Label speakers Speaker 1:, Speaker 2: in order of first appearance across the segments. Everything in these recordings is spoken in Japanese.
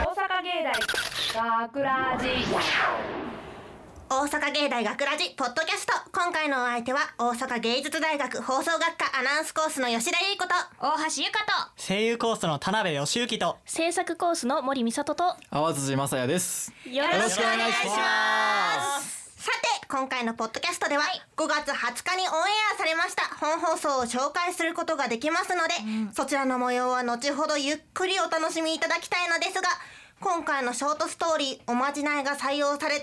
Speaker 1: 大学ラジ
Speaker 2: 大阪芸大学ラジポッドキャスト今回のお相手は大阪芸術大学放送学科アナウンスコースの吉田優子と
Speaker 3: 大橋ゆかと
Speaker 4: 声優コースの田辺義行と
Speaker 3: 制作コースの森美里と
Speaker 5: 淡辻雅也です。
Speaker 3: よ
Speaker 5: ろしくお願いします
Speaker 2: さて今回のポッドキャストでは5月20日にオンエアされました本放送を紹介することができますので、そちらの模様は後ほどゆっくりお楽しみいただきたいのですが今回のショートストーリーおまじないが採用された大橋さん、
Speaker 3: はい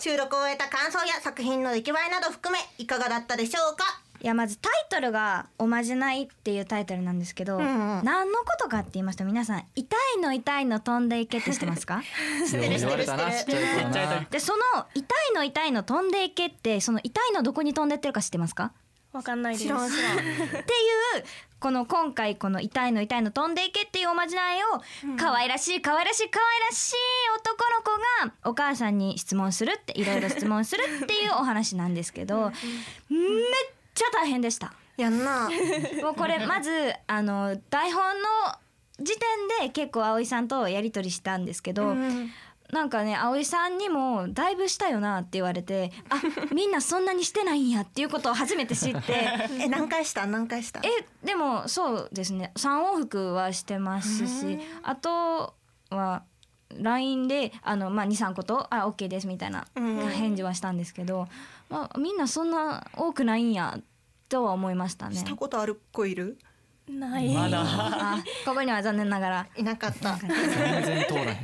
Speaker 2: 収録を終えた感想や作品の出来栄えなど含めいかがだったでしょうか
Speaker 6: いやまずタイトルが「おまじない」っていうタイトルなんですけ
Speaker 2: ん
Speaker 6: ど、
Speaker 2: うん
Speaker 6: 何のことかって言いますと皆さん「痛いの痛いの飛んでいけ」って知ってますか
Speaker 5: 言
Speaker 2: てる知ってる
Speaker 5: われたな、
Speaker 2: 知っ
Speaker 5: ちってちゃい頃
Speaker 4: ちっちゃい
Speaker 5: な
Speaker 4: 時。
Speaker 6: でその「痛いの痛いの飛んでいけ」ってその痛いのどこに飛んでってるか知ってますか
Speaker 3: わかんないです
Speaker 2: 知らん
Speaker 6: っていうこの今回この「痛いの痛いの飛んでいけ」っていうおまじないを可愛らしい可愛らしい可愛らしい男の子がお母さんに質問するっていろいろ質問するっていうお話なんですけどめっちゃ大変でした。
Speaker 2: やんな
Speaker 6: もうこれまずあの台本の時点で結構葵さんとやり取りしたんですけど、なんかね葵さんにも「だいぶしたよな」って言われて「あみんなそんなにしてないんや」っていうことを初めて知って
Speaker 2: え何回した何回した
Speaker 6: えでもそうですね3往復はしてますしあとは LINE であの、まあ、23個と「あ OK です」みたいな
Speaker 2: うん
Speaker 6: 返事はしたんですけど、まあ、みんなそんな多くないんやとは思いましたね。
Speaker 2: したことある子いる
Speaker 3: ない
Speaker 4: まだ
Speaker 6: あここには残念ながら、
Speaker 2: いなかった
Speaker 5: 全然通らない。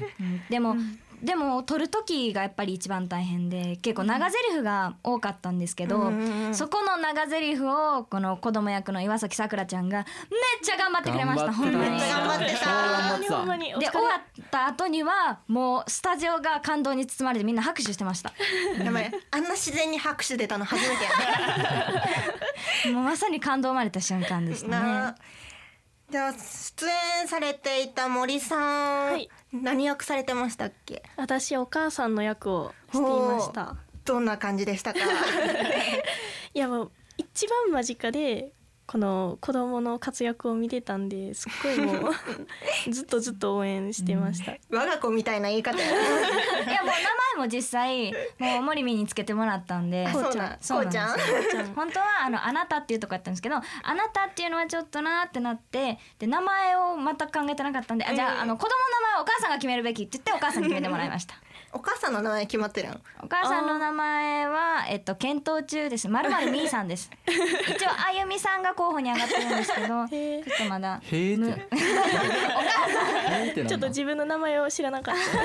Speaker 6: でも、でも撮る時がやっぱり一番大変で結構長台詞が多かったんですけど、
Speaker 2: うんうんうん
Speaker 6: そこの長台詞をこの子供役の岩崎さくらちゃんがめっちゃ頑張ってくれました
Speaker 5: 頑張
Speaker 6: 本当に。
Speaker 5: ってた
Speaker 2: めっちゃ頑張ってた
Speaker 5: 超頑
Speaker 3: ほん
Speaker 5: 張
Speaker 3: ま
Speaker 5: って
Speaker 3: にお疲
Speaker 6: で
Speaker 3: れ
Speaker 6: 終わった後にはもうスタジオが感動に包まれてみんな拍手してました
Speaker 2: やばいあんな自然に拍手出たの初めてやね
Speaker 6: もうまさに感動生まれた瞬間で した
Speaker 2: な
Speaker 6: ね
Speaker 2: あじゃあ出演されていた森さん、
Speaker 3: はい
Speaker 2: 何役されてましたっけ
Speaker 3: 私お母さんの役をしていました
Speaker 2: どんな感じでしたか
Speaker 3: いやもう一番間近でこの子供の活躍を見てたんですっごいも うずっとずっと応援してました、
Speaker 2: 我が子みたいな言い方やない
Speaker 6: やもう名前も実際もう森美につけてもらったんで
Speaker 2: あそうなん
Speaker 6: そうなん
Speaker 2: こう
Speaker 6: です
Speaker 2: ちゃん
Speaker 6: よ本当はあの「あなた」っていうとこやったんですけど「あなた」っていうのはちょっとなーってなってで名前を全く考えてなかったんで、あじゃああの子供の名前はお母さんが決めるべきって言ってお母さんに決めてもら いました
Speaker 2: お母さんの名前決まってるん
Speaker 6: お母さんの名前は、えっと、検討中ですまるまるみーさんです 一応あゆみさんが候補に上がってるんですけど
Speaker 3: へー
Speaker 6: ちょっとまだ
Speaker 5: へーって。へーって
Speaker 3: ちょっと
Speaker 5: なんだ。
Speaker 3: 自分の名前を知らなかった
Speaker 6: ま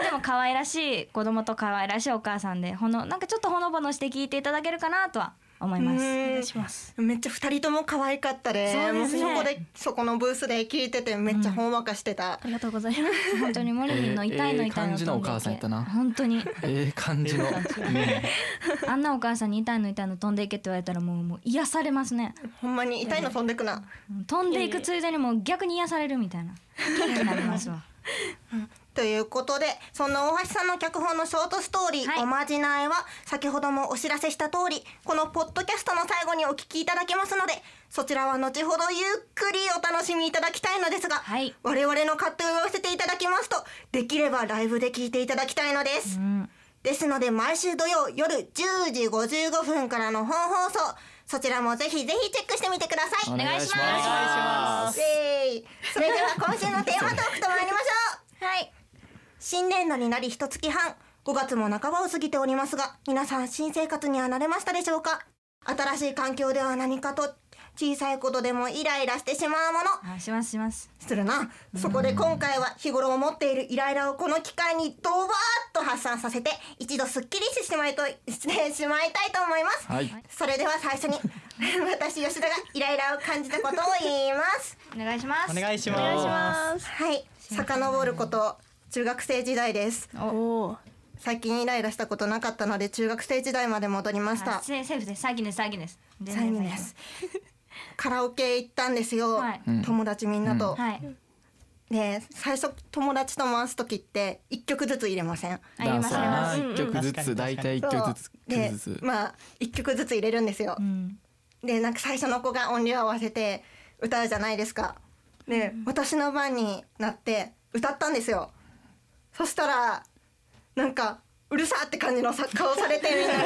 Speaker 6: あでも可愛らしい子供と可愛らしいお母さんでほのなんかちょっとほのぼのして聞いていただけるかなとは思います。
Speaker 2: うん
Speaker 3: ます
Speaker 2: めっちゃ二人とも可愛かったで
Speaker 6: そうですね
Speaker 2: もうそこでそこのブースで聞いててめっちゃほんわかしてた、
Speaker 3: ありがとうございます
Speaker 6: 本当にモリリンの痛いの
Speaker 5: えーえー
Speaker 6: 痛いの
Speaker 5: 感じのお母さんやったな
Speaker 6: 本当に
Speaker 5: ええ感じの。うん
Speaker 6: あんなお母さんに痛いの痛いの飛んでいけって言われたらもうもう癒されますね
Speaker 2: ほんまに痛いの飛んでくな、
Speaker 6: 飛んでいくついでにもう逆に癒されるみたいな元気になりますわ
Speaker 2: ということでそんな大橋さんの脚本のショートストーリー「
Speaker 6: はい
Speaker 2: おまじない」は先ほどもお知らせした通りこのポッドキャストの最後にお聞きいただけますのでそちらは後ほどゆっくりお楽しみいただきたいのですが、
Speaker 6: はい
Speaker 2: 我々の勝手を言わせていただきますとできればライブで聞いていただきたいのです。ですので毎週土曜夜10時55分からの本放送そちらもぜひぜひチェックしてみてください。
Speaker 5: お願いし
Speaker 6: お願いし
Speaker 5: ま
Speaker 2: イエーイそれでは今週のテーマトークと参りましょうはい新年度になり一月半5月も半ばを過ぎておりますが皆さん新生活には慣れましたでしょうか新しい環境では何かと小さいことでもイライラしてしまうもの
Speaker 6: あしますします
Speaker 2: するなそこで今回は日頃思っているイライラをこの機会にドバーッと発散させて一度すっきりしてしまいとしてしまいたいと思います、
Speaker 5: す。はい。
Speaker 2: それでは最初に 私吉田がイライラを感じたことを言います
Speaker 6: お願いします
Speaker 4: お願いし
Speaker 3: お願いし
Speaker 4: ま
Speaker 3: ます
Speaker 2: はい、遡ること中学生時代です。
Speaker 3: おおー
Speaker 2: 最近イライラしたことなかったので中学生時代まで戻りまし
Speaker 6: あ
Speaker 2: た。
Speaker 6: セセーフです最近です最近です全
Speaker 2: 最
Speaker 6: 然
Speaker 2: 後です。カラオケ行ったんですよ。
Speaker 6: はい
Speaker 5: うん
Speaker 2: 友達みんなと。
Speaker 6: はい
Speaker 2: で、最初友達と回す時って一曲ずつ入れません。
Speaker 6: あります
Speaker 5: ダ
Speaker 6: あり
Speaker 5: ン
Speaker 6: ま
Speaker 5: サ
Speaker 6: す
Speaker 5: ーな一曲
Speaker 4: う
Speaker 5: ず
Speaker 4: んうん
Speaker 5: つ、大体一
Speaker 2: そ
Speaker 5: 曲
Speaker 2: う
Speaker 5: ずつ、一
Speaker 2: で
Speaker 5: 曲ずつ。
Speaker 2: まあ一曲ずつ入れるんですよ。
Speaker 6: うん
Speaker 2: で、なんか最初の子が音量合わせて歌うじゃないですか。で、私の番になって歌ったんですよそしたらなんかうるさって感じのさ顔されてみんなに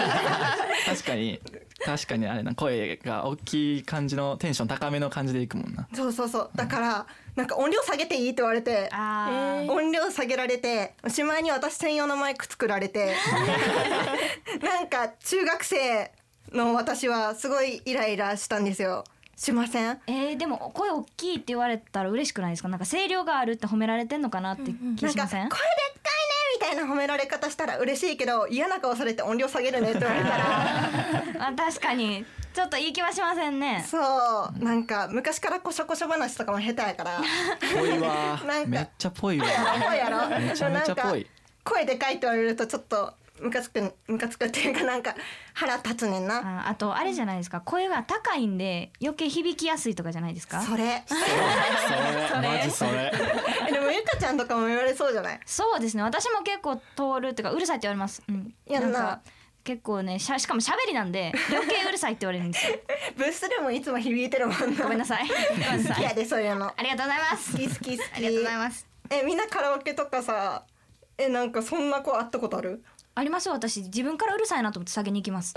Speaker 5: 確かに確かにあれな声が大きい感じのテンション高めの感じでいく もんな
Speaker 2: そうそうそうだからなんか音量下げていいって言われて
Speaker 6: あ
Speaker 3: えー
Speaker 2: 音量下げられておしまいに私専用のマイク作られ てなんか中学生の私はすごいイライラしたんですよしません
Speaker 6: ーえーでも声大きいって言われたら嬉しくないですかなんか声量があるって褒められてんのかなって気
Speaker 2: なん
Speaker 6: し
Speaker 2: か「
Speaker 6: ま
Speaker 2: 声
Speaker 6: せ
Speaker 2: でっかいね」
Speaker 6: ん
Speaker 2: みたいな褒められ方したら嬉しいけど嫌な顔されて音量下げるねって言われた ら
Speaker 6: あ確かにちょっといい気はしませんね
Speaker 2: そうなんか昔からこしょこしょ話とかも下手や から
Speaker 5: ぽいわ
Speaker 2: なんか
Speaker 5: めっちゃぽいわ
Speaker 2: ぽいやろ
Speaker 5: めちゃめちゃぽい
Speaker 2: 声でかいって言われるとちょっとムカつくムカつくっていうかなんか腹立つねんな
Speaker 6: ああとあれじゃないですか声が高いんで余計響きやすいとかじゃないですか
Speaker 2: それ
Speaker 5: それマジそれ
Speaker 2: えでもゆかちゃんとかも言われそうじゃない
Speaker 6: そうですね私も結構通るっていうかうるさいって言われます、うん、
Speaker 2: やんな
Speaker 6: か結構ねしゃしかも喋りなんで余計うるさいって言われるんですよ
Speaker 2: ブッスでもいつも響いてるもんな
Speaker 6: ごめんなさいごめんなさ
Speaker 2: 好きや
Speaker 6: い
Speaker 2: でそういうの
Speaker 6: ありがとうございます
Speaker 2: 好き好き好き
Speaker 6: ありがとうございます
Speaker 2: えみんなカラオケとかさえなんかそんな子会ったことある
Speaker 6: ありますよ私自分からうるさいなと思って下げに行きます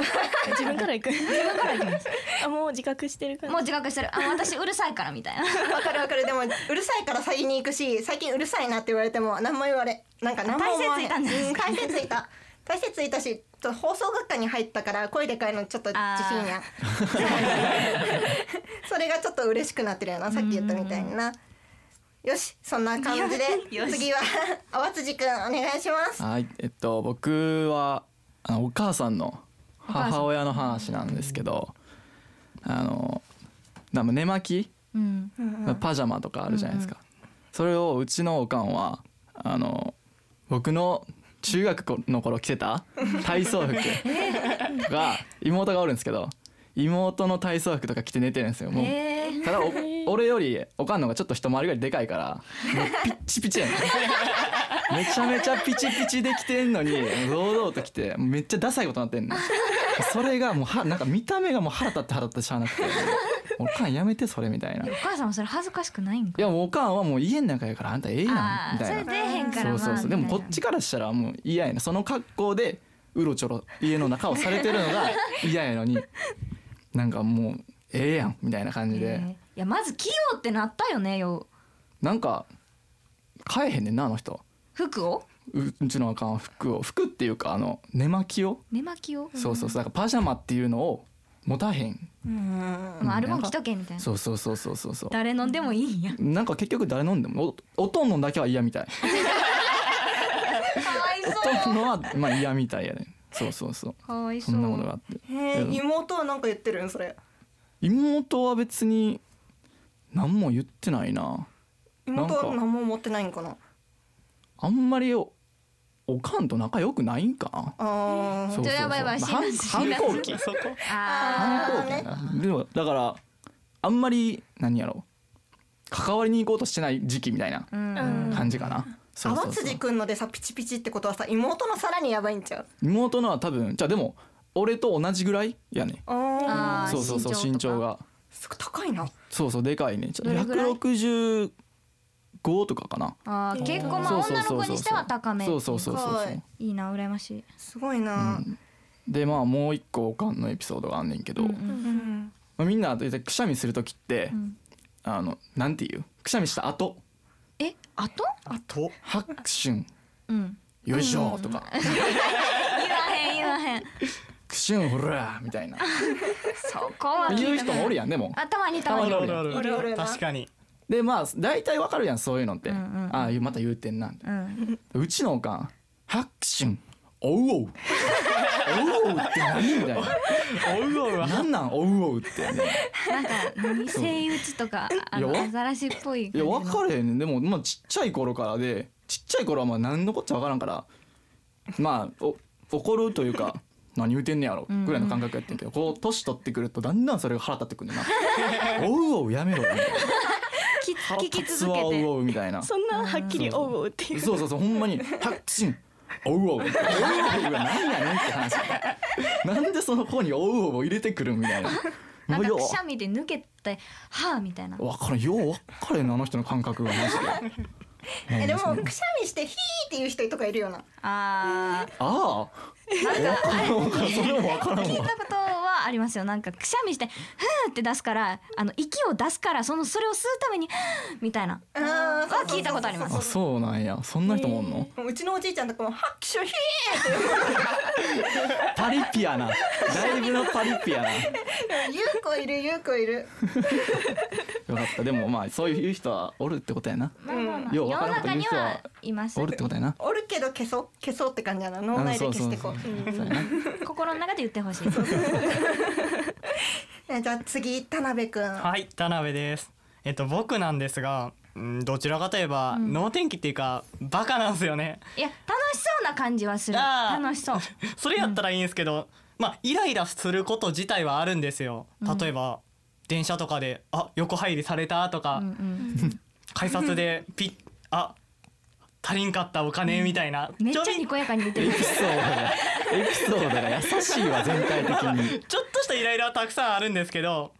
Speaker 3: 自分から行く。自分から行きます。あもう自覚してるから。
Speaker 6: もう自覚してるあ私うるさいからみたいな
Speaker 2: わかるわかるでもうるさいから先に行くし最近うるさいなって言われても何も言われなんか何も思わへ
Speaker 6: 大切いたんです
Speaker 2: うん大切いた大切いたしちょっと放送学科に入ったから声でかいのちょっと自信や それがちょっと嬉しくなってるよなさっき言ったみたいになよしそんな感じで
Speaker 6: よし
Speaker 2: 次は淡辻くんお願いします
Speaker 5: はいえっと僕はあのお母さんの
Speaker 6: さん
Speaker 5: 母親の話なんですけどあのなんか寝巻き
Speaker 6: うん
Speaker 5: パジャマとかあるじゃないですか、それをうちのおかんはあの僕の中学の頃着てた体操 服とか妹がおるんですけど妹の体操服とか着て寝てるんですよもう
Speaker 6: えー
Speaker 5: ただお俺よりおかんの方がちょっと一回りぐらいでかいからもうピッチピチや ねんめちゃめちゃピチピチできてんのに堂々と来てめっちゃダサいことなってんねんそれがもうはなんか見た目がもう腹立って腹立ってしゃあなくて「おかんやめてそれ」みたいな
Speaker 6: お母さんはそれ恥ずかしくないん
Speaker 5: い
Speaker 6: か
Speaker 5: やもうおかんはもう家の中やからあんたええやん
Speaker 6: あ
Speaker 5: み
Speaker 6: ー
Speaker 5: た
Speaker 6: そ
Speaker 5: い
Speaker 6: れ
Speaker 5: な
Speaker 6: 出えへんから
Speaker 5: そ
Speaker 6: ま
Speaker 5: う
Speaker 6: あ
Speaker 5: そうそうでもこっちからしたらもう嫌やなその格好でうろちょろ家の中をされてるの が嫌やのになんかもうええやんみたいな感じ
Speaker 6: みたいな
Speaker 5: で
Speaker 6: えーいやまず器用ってなったよねよ
Speaker 5: なんか買えへんねんなあの人
Speaker 6: 服を
Speaker 5: ううちのおかんは服を服っていうかあの寝巻きを
Speaker 6: 寝巻きを、
Speaker 5: そうそうそうだからパジャマっていうのを持たへん
Speaker 2: うん
Speaker 6: まあ、あるもん着とけみたいな
Speaker 5: そうそうそうそうそうそう
Speaker 6: 誰飲んでもいいんや
Speaker 5: なんか結局誰飲んでもおおとんのだけは嫌みたい
Speaker 6: かわい
Speaker 5: おとんのはまあ嫌みたいやねんそうそうそう
Speaker 6: かわい
Speaker 5: そ
Speaker 6: そうん
Speaker 5: なことがあって
Speaker 2: へえ
Speaker 5: うん
Speaker 2: 妹はなんか言ってるんそれ
Speaker 5: 妹は別に何も言ってないな
Speaker 2: 妹は
Speaker 5: なんか
Speaker 2: 何も持ってないんかな
Speaker 5: あんまりおおかんと仲良くないんかな
Speaker 2: あ
Speaker 5: そうそう
Speaker 6: ち
Speaker 5: そ
Speaker 6: ょ
Speaker 5: う
Speaker 6: やばいやばい
Speaker 5: まあ
Speaker 6: 辛
Speaker 5: 反
Speaker 6: 辣
Speaker 5: 反抗期
Speaker 4: そこ
Speaker 6: あ
Speaker 5: 反抗期やなでもだからあんまり何やろ関わりに行こうとしてない時期みたいな
Speaker 6: ーうん、
Speaker 3: うん
Speaker 5: 感じかな、そうそ
Speaker 2: 淡
Speaker 5: うそう
Speaker 2: 辻くんのでさピチピチってことはさ妹のさらにやばいんちゃう
Speaker 5: 妹のは多分じゃあでも俺と同じぐらいやね
Speaker 2: あ
Speaker 6: あー
Speaker 5: そうそうそう身
Speaker 6: 身長とか
Speaker 5: 長が
Speaker 2: すごい高いな
Speaker 5: そうそうでかいねちょ
Speaker 6: どれぐらい
Speaker 5: 165とかかな
Speaker 6: あー結構まあ
Speaker 5: そうそう
Speaker 6: 女の
Speaker 5: そう
Speaker 6: 子
Speaker 5: そう
Speaker 6: にしては高め
Speaker 5: そうそうそうそうそ
Speaker 2: 高いう
Speaker 6: いいな羨ましい、
Speaker 2: すごいな、
Speaker 5: でまあもう一個おかんのエピソードがあんねんけど、
Speaker 6: うんうん
Speaker 2: うん
Speaker 5: まあ、みんな大体くしゃみする時って、
Speaker 6: ん
Speaker 5: あのなんていうくしゃみした後
Speaker 6: えあと
Speaker 4: あと
Speaker 5: 拍手
Speaker 6: うん
Speaker 5: よいしょとか、
Speaker 6: 言わへん言わへん
Speaker 5: くしゅんほらみ たいな
Speaker 6: そこは
Speaker 5: 言う人もおるやんでも
Speaker 6: 頭に頭
Speaker 5: あ
Speaker 6: に
Speaker 5: るあ
Speaker 4: あ
Speaker 5: る
Speaker 4: る
Speaker 5: あ
Speaker 4: あ
Speaker 2: あるある
Speaker 4: る確かに
Speaker 5: でまあ大体わかるやんそういうのって、
Speaker 6: うんうんうん
Speaker 5: ああまた言うてんなみたい
Speaker 6: うん
Speaker 5: なうちのおかん拍手おうおうおうおうって何みたいな
Speaker 4: おうおうは
Speaker 5: なんなんおうおうって、
Speaker 6: なんか何声打ちとかあの
Speaker 5: いやわ
Speaker 6: アザラシっぽい
Speaker 5: い
Speaker 6: 感
Speaker 5: や
Speaker 6: じの
Speaker 5: 分かれへんねんでも、まあ、ちっちゃい頃からでちっちゃい頃はまあ何のこっちゃ分からんからまあお怒るというか何言うてんねやろぐらいの感覚やってんけど、こう年取ってくるとだんだんそれが腹立ってくんね んなおうおうやめろよみたいな
Speaker 6: き
Speaker 5: 腹
Speaker 6: 聞き
Speaker 5: 立つ
Speaker 6: 続
Speaker 5: わ
Speaker 6: け
Speaker 5: おう
Speaker 6: て
Speaker 5: おうみたいなそ
Speaker 3: そんなはっきりおうおうっていうう。
Speaker 5: そうそうほんまに「白心おうおう」おうおうが何やねんって話なんでその子に「おうおう」を入れてくるんみたいな。
Speaker 6: なんか
Speaker 5: よう
Speaker 6: くしゃみで抜けてはあみたいな
Speaker 5: わからんよう分かれんなあの人の感覚がマジでうん
Speaker 2: えでも
Speaker 5: 確かに
Speaker 2: くしゃみしてヒーっていう人とかいるよな
Speaker 6: あ
Speaker 5: あ
Speaker 6: ーなんか
Speaker 5: あそれもわからん
Speaker 6: 聞い
Speaker 5: わ
Speaker 6: たことはありますよなんかくしゃみして「ふー」って出すからあの息を出すからそのそれを吸うために「みたいな
Speaker 2: あ
Speaker 6: は聞いたことあります
Speaker 5: あそうなんやそんな人もおんの
Speaker 2: うちのおじいちゃんとかも拍手ヒ
Speaker 5: パリピやなだいぶのパリピやなよ
Speaker 2: ーゆうこいるゆうこいる
Speaker 5: かったでもまあそういう人はおるってことやな
Speaker 6: まあまあまあ世
Speaker 5: ようわ
Speaker 6: の
Speaker 5: か
Speaker 6: 中
Speaker 5: らんこと言う
Speaker 6: に
Speaker 5: 人は
Speaker 6: はいます
Speaker 5: おるってことやな
Speaker 2: おるけど消そう消そうって感じやな脳内で消してこう
Speaker 5: うんそうそうそうそうやな
Speaker 6: 心の中で言ってほしいで す
Speaker 2: えじゃあ次田辺くんは
Speaker 4: はい田辺ですえっと僕なんですがうんどちらかといえば能天気っていうかバカなんですよね
Speaker 6: いや楽しそうな感じはする
Speaker 4: あー
Speaker 6: 楽しそう
Speaker 4: それやったらいいんですけどまあイライラすること自体はあるんですよ例えば電車とかであ横入りされたとか
Speaker 6: うんうん
Speaker 4: 改札でピッあ足りんかったお金みたいな
Speaker 6: めっちゃ
Speaker 4: ょび
Speaker 6: にこやかに言って
Speaker 5: エ
Speaker 6: る
Speaker 5: ピソードがエピソードが優しいわ全体的に
Speaker 4: ちょっとしたイライラはたくさんあるんですけど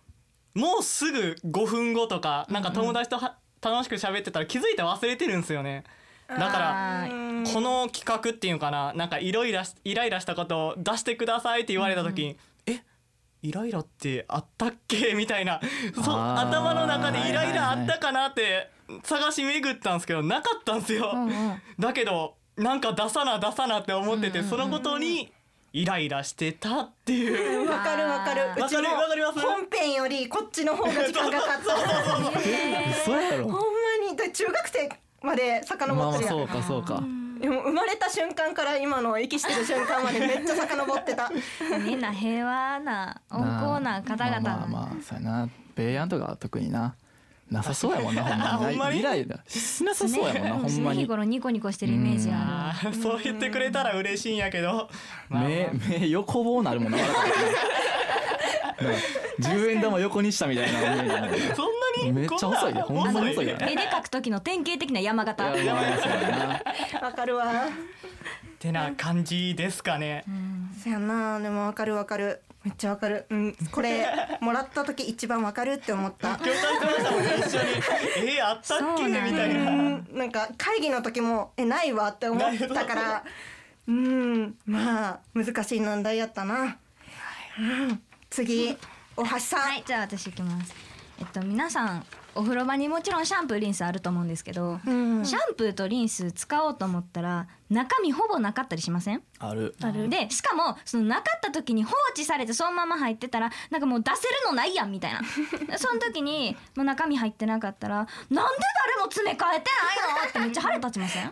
Speaker 4: もうすぐ5分後とかなんか友達とは楽しく喋ってたら気づいて忘れてるんですよねだから
Speaker 6: あー
Speaker 4: この企画っていうのかななんかイライラしイライラしたことを出してくださいって言われた時に、えイライラってあったっけ みたいなそう
Speaker 5: あー
Speaker 4: 頭の中でイライラあったかなって探し巡ったんですけどなかったんですよ、
Speaker 6: うんうん
Speaker 4: だけどなんか出さな出さなって思ってて、そのことにイライラしてたって いう
Speaker 2: わかるわかる
Speaker 6: あ
Speaker 4: ー
Speaker 2: うちも
Speaker 4: わかるわかります
Speaker 2: 本編よりこっちの方が時間がかかっ た
Speaker 5: そう
Speaker 2: ほ
Speaker 5: や
Speaker 2: ん
Speaker 5: ろ
Speaker 2: まにだ中学生まで
Speaker 5: ま
Speaker 2: 遡
Speaker 5: あ
Speaker 2: っ
Speaker 5: ま
Speaker 2: て
Speaker 5: あ
Speaker 2: るやん、
Speaker 5: そうかそうか
Speaker 2: でも生まれた瞬間から今の息してる瞬間までめっちゃ遡って た
Speaker 6: みんな平和な温厚な方々
Speaker 5: まあまあまあそうやな米安とかは特にななさそうやもんなほんま
Speaker 4: ほんまに
Speaker 5: イライラしなさそうやもんな、ほんま
Speaker 6: 常日
Speaker 5: に
Speaker 6: 頃ニコニコしてるイメージあ
Speaker 4: あーそう言ってくれたら嬉しいんやけど、まあまあ
Speaker 5: 目目横棒なるもんな笑った時にだから10円玉横にしたみたいなイメージやもんな
Speaker 4: そんなに
Speaker 5: めっちゃ
Speaker 4: こな
Speaker 5: 細いよほんまに細いよ
Speaker 6: る絵で描く時の典型的な山
Speaker 5: い
Speaker 6: 形
Speaker 5: やまあまあそうやな
Speaker 2: わかるわ
Speaker 4: ってな感じですかね、
Speaker 2: そやなでもわかるわかるめっちゃわかるうんこれもらった時一番わかるって思った
Speaker 4: 共感してましたもんね一緒にえー、あったっけ
Speaker 6: そう
Speaker 4: み
Speaker 6: なんや
Speaker 4: たいうなん
Speaker 2: なんか会議の時もえないわって思ったからうんまあ難しい難題やったな、うん次大橋さん、
Speaker 6: はいじゃあ私行きますえっと皆さんお風呂場にもちろんシャンプーリンスあると思うんですけど、
Speaker 2: うん
Speaker 6: シャンプーとリンス使おうと思ったら中身ほぼなかったりしません
Speaker 5: ある
Speaker 3: ある
Speaker 6: でしかもそのなかった時に放置されてそのまま入ってたらなんかもう出せるのないやんみたい なその時にもう中身入ってなかったらなんで誰も詰め替えてないのってめっちゃ腹立ちませ ん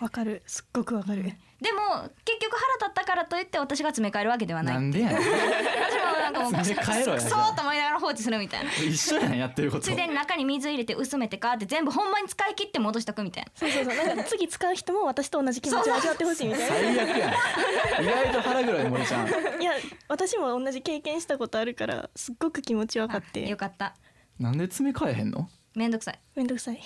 Speaker 3: わかるすっごくわかる
Speaker 6: でも結局腹立ったからといって私が詰め替えるわけではない
Speaker 5: なんでやね
Speaker 6: 私もなんかもうく
Speaker 5: 詰め替えろや
Speaker 6: そ
Speaker 5: じゃあ
Speaker 6: うと思いながら放置するみたいなん
Speaker 5: 一緒やんやってること
Speaker 6: ついでに中に水入れて薄めてかって全部ほんまに使い切って戻しとくみたいな
Speaker 3: そうそうそうなんか次使う人も私と同じ気持ちを味わってほしいみたいな
Speaker 5: 最悪やん意外と腹黒い森ちゃん
Speaker 3: いや私も同じ経験したことあるからすっごく気持ち分かっ
Speaker 6: あよ
Speaker 3: て
Speaker 6: かった
Speaker 5: なんで詰め替えへんの
Speaker 6: めんどくさい
Speaker 3: めんどくさい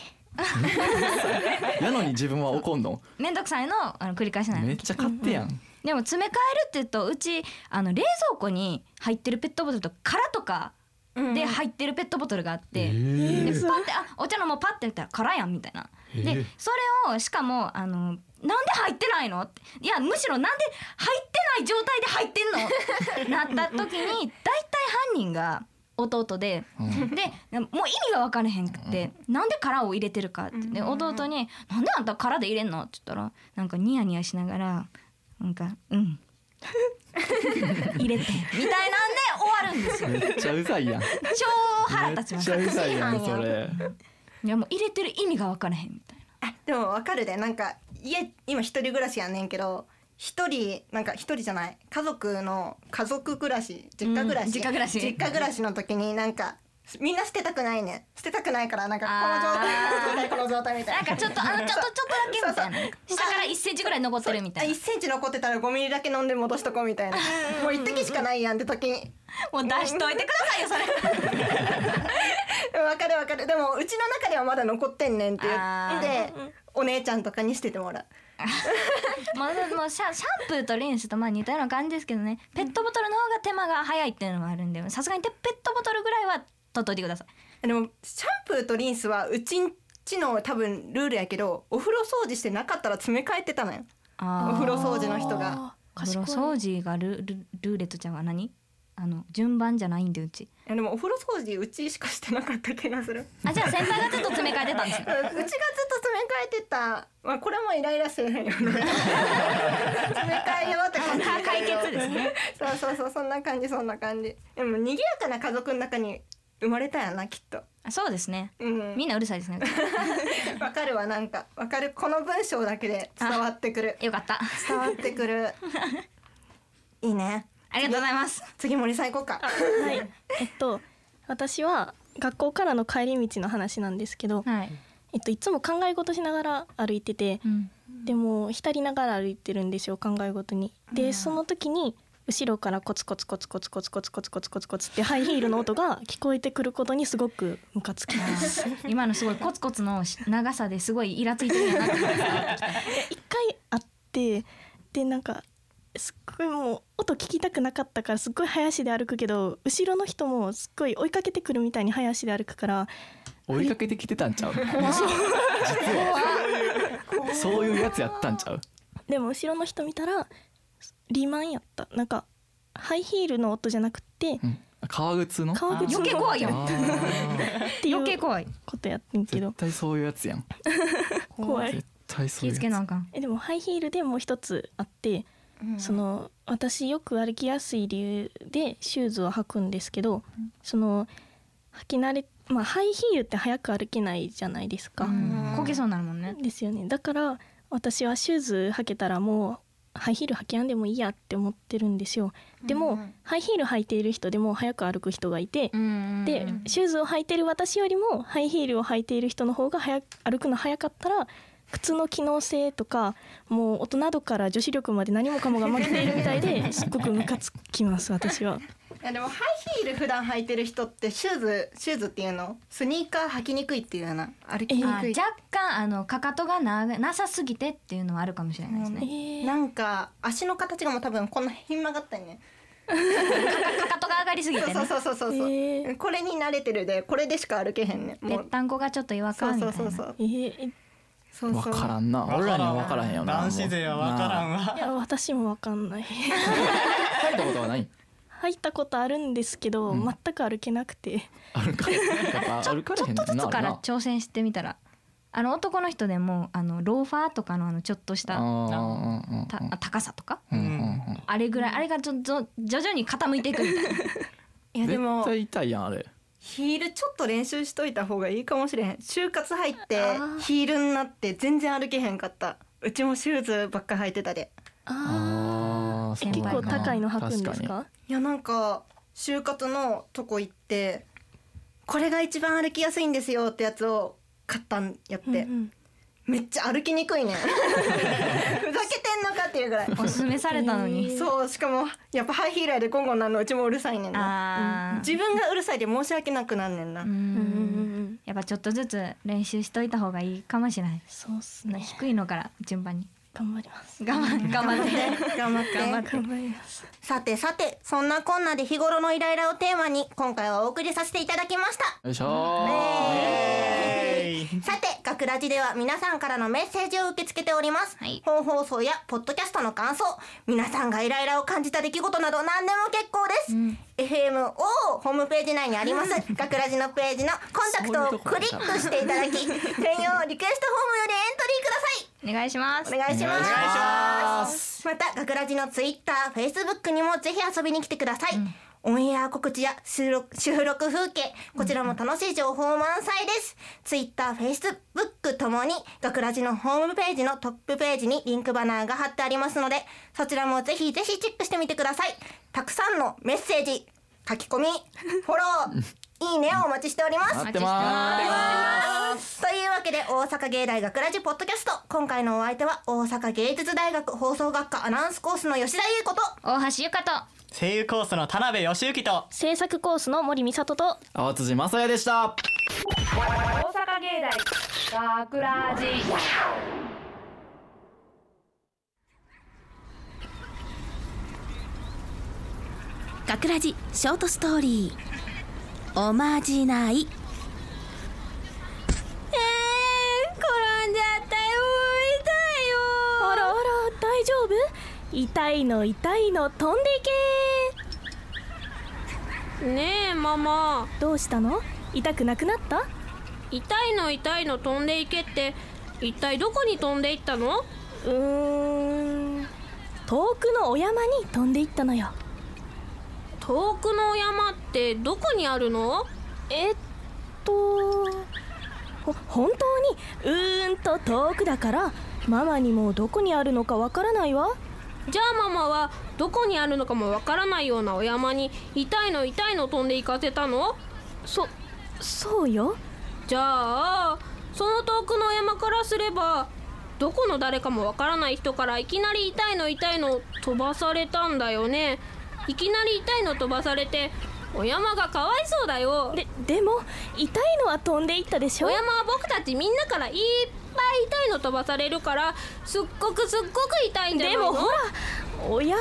Speaker 5: なのに自分は怒んの
Speaker 6: めんどくさいのあの繰り返しない
Speaker 5: めっちゃ勝手やん
Speaker 6: でも詰め替えるって言うとうちあの冷蔵庫に入ってるペットボトルと空とかで入ってるペットボトルがあって、でパッてあお茶のもうパッてやったら空やんみたいな。でそれをしかもあのなんで入ってないのっていやむしろなんで入ってない状態で入ってんのなっ た時に大体犯人が弟で、でもう意味が分からへんくて、なんで殻を入れてるかってで弟に「なんであんた殻で入れんの?」って言ったらなんかニヤニヤしながらなんか「うん」 入れてみたいなんで終わるんですよ
Speaker 5: めっちゃうざいやん
Speaker 6: 超腹
Speaker 5: めっ
Speaker 6: 立ちまし
Speaker 5: ちゃ
Speaker 6: た
Speaker 5: うざいやんそれ
Speaker 6: いやもう入れてる意味が分からへんみたいな
Speaker 2: あでもわかるでなんか家今一人暮らしやんねんけど一人なんか一人じゃない家族の家族暮らし実家暮らし、
Speaker 6: うん実家暮らし
Speaker 2: 実家暮らしの時になんかみんな捨てたくないねん捨てたくないからなんかこの状態この状態みたいな
Speaker 6: な
Speaker 2: ん
Speaker 6: かちょっとあのちょっとちょっとだけみたいなね
Speaker 2: そうそう
Speaker 6: 下から1センチぐらい残ってるみた
Speaker 2: 1
Speaker 6: いな
Speaker 2: センチ残ってたら5ミリだけ飲んで戻しとこうみたいなもう1滴しかないやんって時に
Speaker 6: もう出しといてくださいよそれ
Speaker 2: わかるわかるでもうちの中ではまだ残ってんねんって言
Speaker 6: あ
Speaker 2: ってお姉ちゃんとかにしててもらう
Speaker 6: まあもうシャシャンプーとリンスとまあ似たような感じですけどねペットボトルの方が手間が早いっていうのもあるんでさすがにペットボトルぐらいは取っといてください
Speaker 2: でもシャンプーとリンスはうちんちの多分ルールやけどお風呂掃除してなかったら詰め替えてたのよ
Speaker 6: あ
Speaker 2: お
Speaker 6: ー
Speaker 2: 風呂掃除の人が
Speaker 3: あー
Speaker 6: お風
Speaker 3: 賢
Speaker 6: 呂
Speaker 3: い
Speaker 6: 掃除がルルルーレットちゃんは何あの順番じゃないんでうち
Speaker 2: いやでもお風呂掃除うちしかしてなかった気がする
Speaker 6: あじゃあ先輩がずっと詰め替えてたん です
Speaker 2: う
Speaker 6: よ
Speaker 2: ちがずっと詰め替えてた、まあ、これもイライラしてないよね詰め替えようって感じ
Speaker 6: か解決ですね
Speaker 2: そうそうそうそんな感じそんな感じでも賑やかな家族の中に生まれたやなきっと
Speaker 6: あそうですね
Speaker 2: うん
Speaker 6: みんなうるさいですね
Speaker 2: わかるわなんかわかるこの文章だけで伝わってくる
Speaker 6: よかった
Speaker 2: 伝わってくるいいね
Speaker 6: ありがとうございます
Speaker 2: 次森さん行こうか
Speaker 3: はい、えっと私は学校からの帰り道の話なんですけど、
Speaker 6: はい、
Speaker 3: えっと、いつも考え事しながら歩いてて、
Speaker 6: うん、
Speaker 3: でも浸りながら歩いてるんですよ考え事に。でその時に後ろからコツコツコツコツコツコツコツコツコツコツってハイヒールの音が聞こえてくることにすごくムカつきます。
Speaker 6: 今のすごいコツコツの長さですごいイラついてるんやなって思います
Speaker 3: 一回あってでなんかすっごいもう音聞きたくなかったからすっごい早足で歩くけど後ろの人もすっごい追いかけてくるみたいに早足で歩くから
Speaker 5: 追いかけてきてたんちゃうそういうやつやったんちゃう
Speaker 3: でも後ろの人見たらリマンやったなんかハイヒールの音じゃなくて
Speaker 5: うん革靴の
Speaker 3: 革靴の音
Speaker 6: 余計怖いやん
Speaker 5: あー
Speaker 3: ってい
Speaker 6: 余計
Speaker 3: う
Speaker 6: 怖い
Speaker 3: ことやってんけ
Speaker 5: 絶
Speaker 3: ど
Speaker 5: 対そういうやつやん
Speaker 3: 怖い
Speaker 5: 絶対そ
Speaker 6: 気ぃ
Speaker 5: ういう
Speaker 6: つけ
Speaker 5: や
Speaker 6: な
Speaker 5: つ
Speaker 6: あかん
Speaker 3: えでもハイヒールでもう一つあって、その私よく歩きやすい理由でシューズを履くんですけど、その履き慣れまあハイヒールって早く歩けないじゃないですか、
Speaker 6: うんこけそうになるもんね
Speaker 3: ですよねだから私はシューズ履けたらもうハイヒール履きやんでもいいやって思ってるんですよでも、ハイヒール履いている人でも早く歩く人がいて、でシューズを履いてる私よりもハイヒールを履いている人の方が早く歩くの早かったら靴の機能性とかもう大人度から女子力まで何もかもが負けているみたい ですっごくムカつきます私は。
Speaker 2: いやでもハイヒール普段履いてる人ってシューズシューズっていうのスニーカー履きにくいっていうような歩きに
Speaker 6: あ
Speaker 2: くい、
Speaker 6: 若干あのかかとがななさすぎてっていうのはあるかもしれないですね、
Speaker 2: なんか足の形がもう多分こんなひん曲がったよね
Speaker 6: かかとが上がりすぎて
Speaker 2: そう
Speaker 6: ね
Speaker 2: そうそうそうそう、
Speaker 3: へー
Speaker 2: これに慣れてるでこれでしか歩けへんね
Speaker 6: ぺ
Speaker 2: も
Speaker 6: っ
Speaker 2: う
Speaker 6: たんこがちょっと違和
Speaker 2: そう
Speaker 6: 感み
Speaker 2: そ
Speaker 6: た
Speaker 2: う
Speaker 6: いな
Speaker 2: そうそう
Speaker 3: えー
Speaker 2: そう
Speaker 5: わ
Speaker 2: そう
Speaker 5: からんな俺らにはわからへんよな
Speaker 4: 男子勢はわからん
Speaker 5: な
Speaker 3: えい
Speaker 4: わ
Speaker 3: や私もわかんない
Speaker 5: あ入ったことはないん
Speaker 3: 履いたことあるんですけど、
Speaker 5: うん
Speaker 3: 全く歩けなくて
Speaker 5: あるかやっぱあるからへん
Speaker 6: ちょっと
Speaker 5: ねん
Speaker 6: ず
Speaker 5: な
Speaker 6: つ
Speaker 5: あ
Speaker 6: か
Speaker 5: れ
Speaker 6: ら
Speaker 5: な
Speaker 6: 挑戦してみたらあの男の人でもあのローファーとかのあのちょっとした
Speaker 5: あー
Speaker 6: たあ高さとか
Speaker 5: うんうんうんうんうん
Speaker 6: あれぐらい、あれがちょちょ徐々に傾いていくみたいな
Speaker 2: いやでも
Speaker 5: 絶対痛いやんあれ
Speaker 2: ヒールちょっと練習しといた方がいいかもしれへん就活入ってヒールになって全然歩けへんかったうちもシューズばっか履いてたで
Speaker 5: あー
Speaker 3: え
Speaker 5: そう
Speaker 3: 結
Speaker 5: なん
Speaker 3: 構
Speaker 5: や
Speaker 3: 高いの履くんです
Speaker 5: 確に
Speaker 3: か
Speaker 2: いやなんか就活のとこ行ってこれが一番歩きやすいんですよってやつを買ったんやって、
Speaker 3: うんうん
Speaker 2: めっちゃ歩きにく いねんふざけてんのかっていうぐらい
Speaker 6: おすすめされたのに、
Speaker 2: そうしかもやっぱハイヒールやでゴンゴンなんのうちもうるさいねんな
Speaker 6: あー
Speaker 2: 自分がうるさいで申し訳なくなんねんな、
Speaker 6: うん
Speaker 3: うんうんうん
Speaker 6: やっぱちょっとずつ練習しといた方がいいかもしれない
Speaker 3: そうっすね
Speaker 6: 低いのから順番に
Speaker 3: 頑張ります
Speaker 6: 頑張 頑張って
Speaker 2: 頑張って
Speaker 6: 頑張って
Speaker 3: 頑張ります
Speaker 2: さてさてそんなこんなで日頃のイライラをテーマに今回はお送りさせていただきました
Speaker 5: よいしょー
Speaker 4: えーい
Speaker 2: さて、学ラジでは皆さんからのメッセージを受け付けております。
Speaker 6: はい
Speaker 2: 本放送やポッドキャストの感想、皆さんがイライラを感じた出来事など何でも結構です。FMO ホームページ内にあります学ラジのページのコンタクトをクリックしていただき、専用リクエストフォームよりエントリーください。
Speaker 6: お願いします
Speaker 2: お願いします。
Speaker 4: お願いし
Speaker 2: ます。また、学ラジのツイッター、フェイスブックにもぜひ遊びに来てください。オンエア告知や収録収録風景、こちらも楽しい情報満載です。ツイッター、フェイスブックともに、学ラジのホームページのトップページにリンクバナーが貼ってありますので、そちらもぜひぜひチェックしてみてください。たくさんのメッセージ、書き込み、フォロ ー、いいねをお待ちしております。
Speaker 5: 待ってま
Speaker 2: というわけで大阪芸大学ラジポッドキャスト今回のお相手は大阪芸術大学放送学科アナウンスコースの吉田優子と
Speaker 6: 大橋ゆかと
Speaker 4: 声優コースの田辺義行と
Speaker 3: 制作コースの森美里と
Speaker 5: す淡辻雅也でした
Speaker 1: 大阪芸大学ラジ
Speaker 7: 学ラジショートストーリーおまじないえ
Speaker 3: 痛いの痛いの飛んでい
Speaker 8: ねえママ
Speaker 3: けどうしたの痛くなくなった
Speaker 8: 痛いの痛いの飛んでいけって一体どこに飛んでいったの
Speaker 3: うーん遠くのお山に飛んでいったのよ
Speaker 8: 遠くの山ってどこにあるの
Speaker 3: えっとほ本当にうーんと遠くだからママにもどこにあるのかわからないわ
Speaker 8: じゃあママはどこにあるのかもわからないようなお山に痛いの痛いの飛んで行かせたの
Speaker 3: そそうよ
Speaker 8: じゃあその遠くの山からすればどこの誰かもわからない人からいきなり痛いの痛いの飛ばされたんだよねいきなり痛いの飛ばされてお山がかわいそうだよ
Speaker 3: ででも痛いのは飛んでいったでしょ
Speaker 8: お山は僕たちみんなからいっぱい痛いの飛ばされるからすっごくすっごく痛いんじゃない
Speaker 3: で
Speaker 8: の
Speaker 3: もほらお山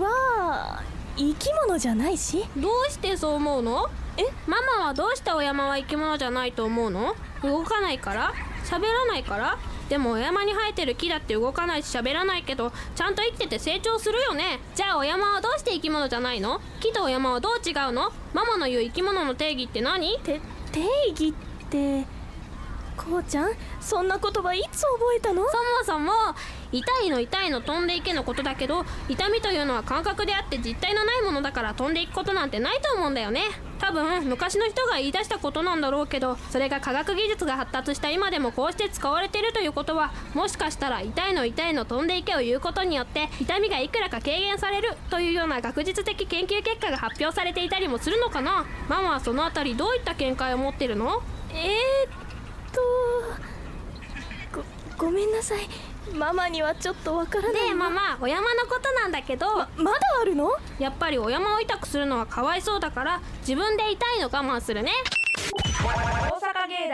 Speaker 3: は生き物じゃないし
Speaker 8: どうしてそう思うのえママはどうしてお山は生き物じゃないと思うの動かないから喋らないからでもお山に生えてる木だって動かないし喋らないけどちゃんと生きてて成長するよねじゃあお山はどうして生き物じゃないの木とお山はどう違うのママの言う生き物の定義って何
Speaker 3: て定義ってこうちゃんそんな言葉いつ覚えたの
Speaker 8: そもそも痛いの痛いの飛んでいけのことだけど痛みというのは感覚であって実体のないものだから飛んでいくことなんてないと思うんだよね多分昔の人が言い出したことなんだろうけどそれが科学技術が発達した今でもこうして使われているということはもしかしたら痛いの痛いの飛んでいけを言うことによって痛みがいくらか軽減されるというような学術的研究結果が発表されていたりもするのかなママはそのあたりどういった見解を持ってるの
Speaker 3: えー、っとごごめんなさいママにはちょっとわからない
Speaker 8: でママお山のことなんだけど、
Speaker 3: まだあるの
Speaker 8: やっぱりお山を痛くするのはかわいそうだから自分で痛いの我慢するね
Speaker 1: 大阪芸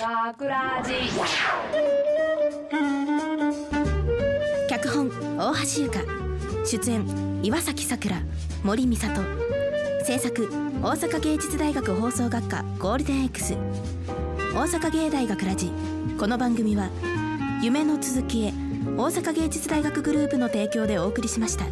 Speaker 1: 大学ラジ
Speaker 7: 脚本大橋優香出演岩崎さくら森美里制作大阪芸術大学放送学科ゴールデン X 大阪芸大学ラジこの番組は夢の続きへ大阪芸術大学グループの提供でお送りしました。